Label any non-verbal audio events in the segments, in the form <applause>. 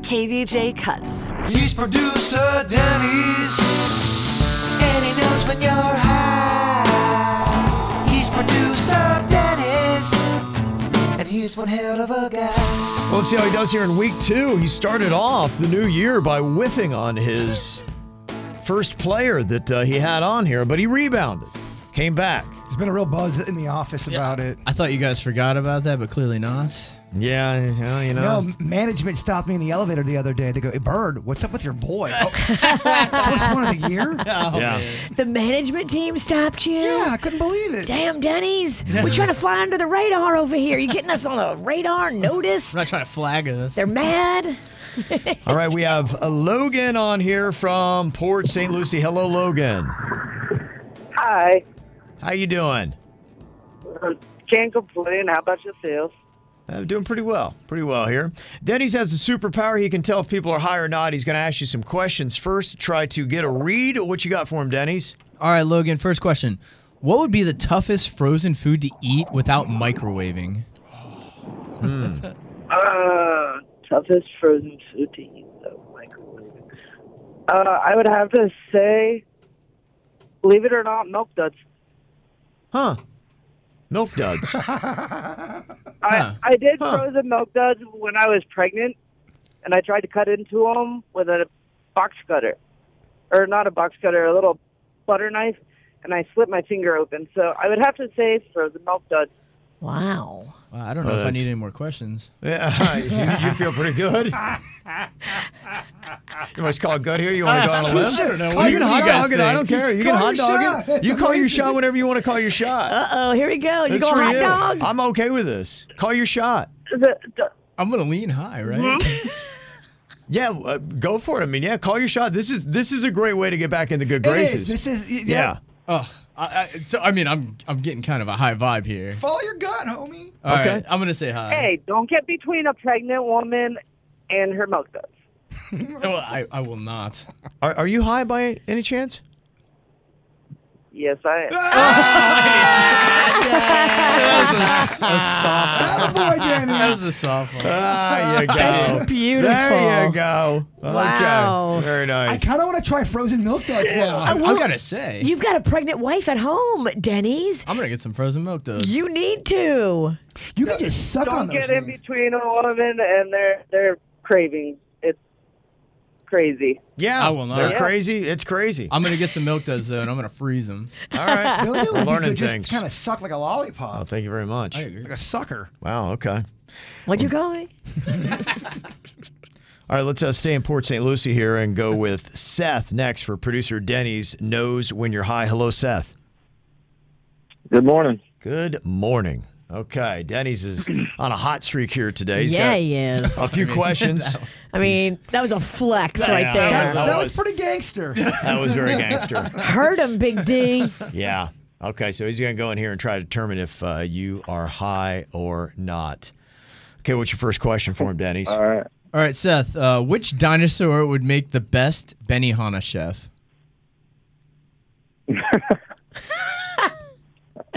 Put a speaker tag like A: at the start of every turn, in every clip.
A: KVJ Cuts.
B: He's producer Denny's, and he knows when you're high. He's producer Denny's, and he's one hell of a guy.
C: Well, let's see how he does here in week two. He started off the new year by whiffing on his first player that uh, he had on here, but he rebounded, came back.
D: There's been a real buzz in the office about it.
E: I thought you guys forgot about that, but clearly not.
C: Yeah, you know, you know.
D: No, management stopped me in the elevator the other day. They go, hey, Bird, what's up with your
F: <laughs>
D: boy? Oh, first one of the year? Yeah.
C: yeah.
G: The management team stopped you?
D: I couldn't believe it.
G: Damn, Denny's. We're trying to fly under the radar over here. You're getting us on the radar, noticed.
E: I'm not trying to flag us.
G: They're mad.
C: All right, we have uh, Logan on here from Port St. Lucie. Hello, Logan.
F: Hi.
C: How you doing?
F: Um, Can't complain. How about yourself?
C: I'm Uh, doing pretty well. Pretty well here. Denny's has a superpower. He can tell if people are high or not. He's going to ask you some questions first to try to get a read. What you got for him, Denny's?
E: All right, Logan, first question. What would be the toughest frozen food to eat without microwaving?
F: Uh, toughest frozen food to eat though, microwave. Uh, I would have to say, believe it or not, milk duds.
C: Huh? Milk duds.
F: I
E: Huh.
F: I did
C: Huh.
F: frozen milk duds when I was pregnant, and I tried to cut into them with a box cutter, or not a box cutter, a little butter knife, and I slit my finger open. So I would have to say frozen milk duds.
G: Wow.
E: Wow, I don't know
C: Oh,
E: if I
C: that's-
E: need any more questions.
C: Yeah, <laughs> you, you feel pretty good. You want to call it good here? You want to go on a limb?
E: I don't know.
C: You
E: What do
C: can
E: you
C: hot
E: guys
C: dog it. I don't
E: think?
C: care. You can
D: Call
C: hot
D: your
C: dog
D: shot.
C: it.
D: That's
C: You call your
D: amazing.
C: shot whenever you want to call your shot.
G: Uh oh, here we go. You
C: That's
G: go
C: for
G: hot
C: you.
G: dog?
C: I'm okay with this. Call your shot.
F: Is it- d-
E: I'm going to lean high, right?
C: Yeah, uh, go for it. I mean, yeah, call your shot. This is this is a great way to get back in the good
D: It
C: graces.
D: is. This is, y- yeah.
C: yeah.
E: <laughs> Oh, I, I, so I mean, I'm I'm getting kind of a high vibe here.
D: Follow your gut, homie.
E: All
C: Okay.
E: right, I'm going to say hi.
F: Hey, don't get between a pregnant woman and her milk duds.
E: Well, I, I will not.
C: Are, are you high by any chance?
F: Yes, I am.
E: <laughs> That was a, a soft one.
D: Boy, Danny.
E: That was a soft one.
C: Ah, <laughs> you go.
G: That's beautiful. Uh,
C: There you go.
G: Wow.
C: Okay. Very
D: I
C: nice.
D: kind of want to try frozen milk duds now.
E: I got to say,
G: You've got a pregnant wife at home, Denny's.
E: I'm going to get some frozen milk, though.
G: You need to.
D: You can just suck on
F: don't
D: those
F: get in
D: things.
F: between a woman and their their cravings. It's crazy.
C: yeah.
E: I will not.
C: They're
E: Yeah.
C: crazy. It's crazy.
E: I'm going to get some milk, does though, and I'm going to freeze them.
C: All <laughs> right.
D: Those are
C: We're
D: like you
C: learning
D: could
C: things.
D: just kind of suck like a
C: Oh,
D: lollipop,
C: thank you very much.
D: like a sucker.
C: Wow. Okay.
G: What'd you call it?
C: All right, let's uh, stay in Port St. Lucie here and go with Seth next for producer Denny's Knows When You're High. Hello, Seth.
H: Good morning.
C: Good morning. Okay,
H: <clears throat>
C: Denny's is on a hot streak here today. He's
G: yeah,
C: got Oh,
G: he
C: <laughs>
G: is. <laughs>
C: a few questions.
G: I mean, that was a flex right
C: that
G: there.
C: was-
D: That,
C: that
D: was,
C: was-
D: pretty gangster.
C: That was very
G: <laughs>
C: gangster.
G: Heard him, Big D.
C: Yeah. Okay, so he's going to go in here and try to determine if uh, you are high or not. Okay, what's your first question for him, Denny's?
H: All right.
E: All right, Seth. Uh, which dinosaur would make the best Benihana chef?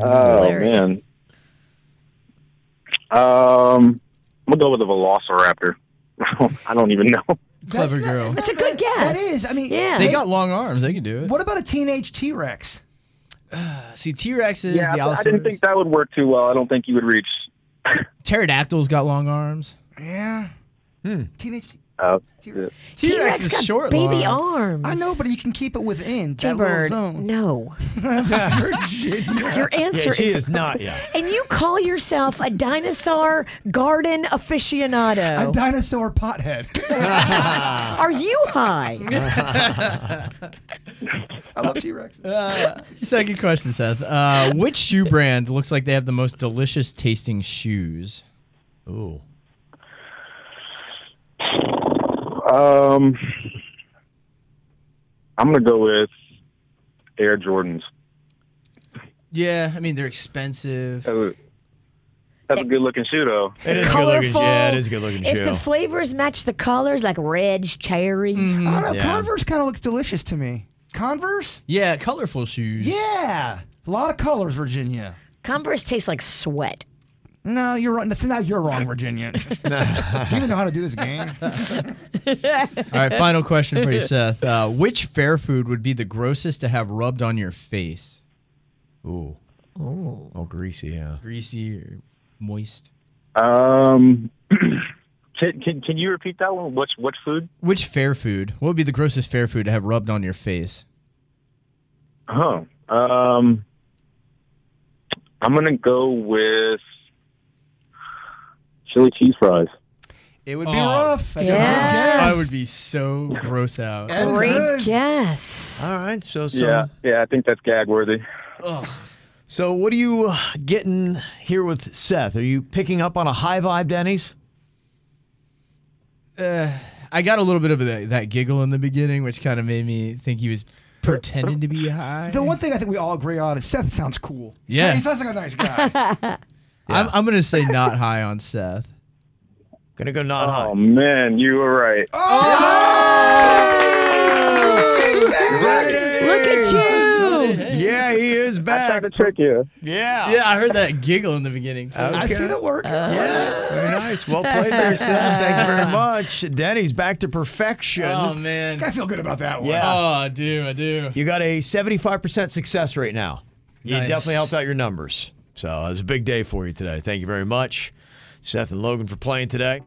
H: Oh
G: hilarious.
H: man. Um, I'm gonna go with the Velociraptor. I don't even know.
E: Clever
D: not-
E: girl.
G: That's a good guess.
D: that is. I mean,
G: Yeah.
E: They got long arms. They can do it.
D: what about a teenage T Rex?
E: See, T Rexes, the
H: I, I didn't
E: Allosaurus.
H: think that would work too well. I don't think you would reach.
E: Pterodactyls got long arms.
D: Yeah. Teenage.
H: Uh,
G: T-Rex
E: is
G: got
E: short
G: baby
E: long.
G: arms.
D: I know, but you can keep it within that
G: T-Bird,
D: little
G: <laughs>
D: zone.
G: no.
D: <laughs> Virginia.
G: Your answer
C: yeah, she
G: is,
C: is not. Yeah.
G: and you call yourself a dinosaur garden aficionado.
D: A dinosaur pothead.
G: Are you high?
D: <laughs> I love T <laughs> Rex.
E: <laughs> Second question, Seth. Uh, which shoe brand looks like they have the most delicious tasting shoes?
C: Ooh.
H: um, I'm gonna go with Air Jordans.
E: Yeah, I mean they're expensive.
H: That's a, that's a good looking shoe, though.
C: It is
G: Colorful.
C: good looking. Yeah, it is a good looking
G: If
C: shoe.
G: the flavors match the colors, like reds, cherry.
D: I don't know.
C: Yeah.
D: Converse kind of looks delicious to me. Converse?
E: Yeah, colorful shoes.
D: Yeah. A lot of colors, Virginia.
G: Converse tastes like sweat.
D: No, you're wrong. So now you're wrong, <laughs> Virginia. do you even know how to do this game?
E: All right, final question for you, Seth. Uh, which fair food would be the grossest to have rubbed on your face?
C: Ooh. Oh. Oh, greasy. Yeah.
E: Greasy or moist?
H: Um, can, can can you repeat that one? What's what food?
E: Which fair food? What would be the grossest fair food to have rubbed on your face?
H: Huh. Um, I'm gonna go with chili cheese fries.
D: <laughs> It would be
E: Oh.
D: rough. That's a good
G: Yeah.
D: guess.
E: I would be so gross out.
D: That was
G: Great
D: good.
G: guess.
C: All right. So so
H: yeah, yeah. I think that's gag worthy.
C: so what are you uh, getting here with Seth? Are you picking up on a high vibe, Denny's?
E: I got a little bit of the, that giggle in the beginning, which kind of made me think he was pretending to be high.
D: The one thing I think we all agree on is Seth sounds cool.
E: Yeah.
D: He sounds like a nice guy.
E: I'm, I'm gonna say not high on Seth.
C: Gonna go not
H: Oh
C: high.
H: man, you were
D: Oh,
H: right.
C: Oh,
E: Oh,
G: Look at you.
C: Yeah, he is
H: I tried
C: back.
H: to trick you.
C: Yeah.
E: Yeah, I heard that <laughs> giggle in the beginning.
D: I
C: Okay.
D: see the work.
C: Yeah, very nice. Well played there, Seth. Thank you
E: <laughs>
C: very much. Denny's back to perfection.
E: Oh man.
D: I feel good about that one.
C: Yeah.
E: Oh, I do, I do.
C: You got a 75% success rate now. You
E: Nice.
C: definitely helped out your numbers. So it was a big day for you today. Thank you very much, Seth and Logan, for playing today.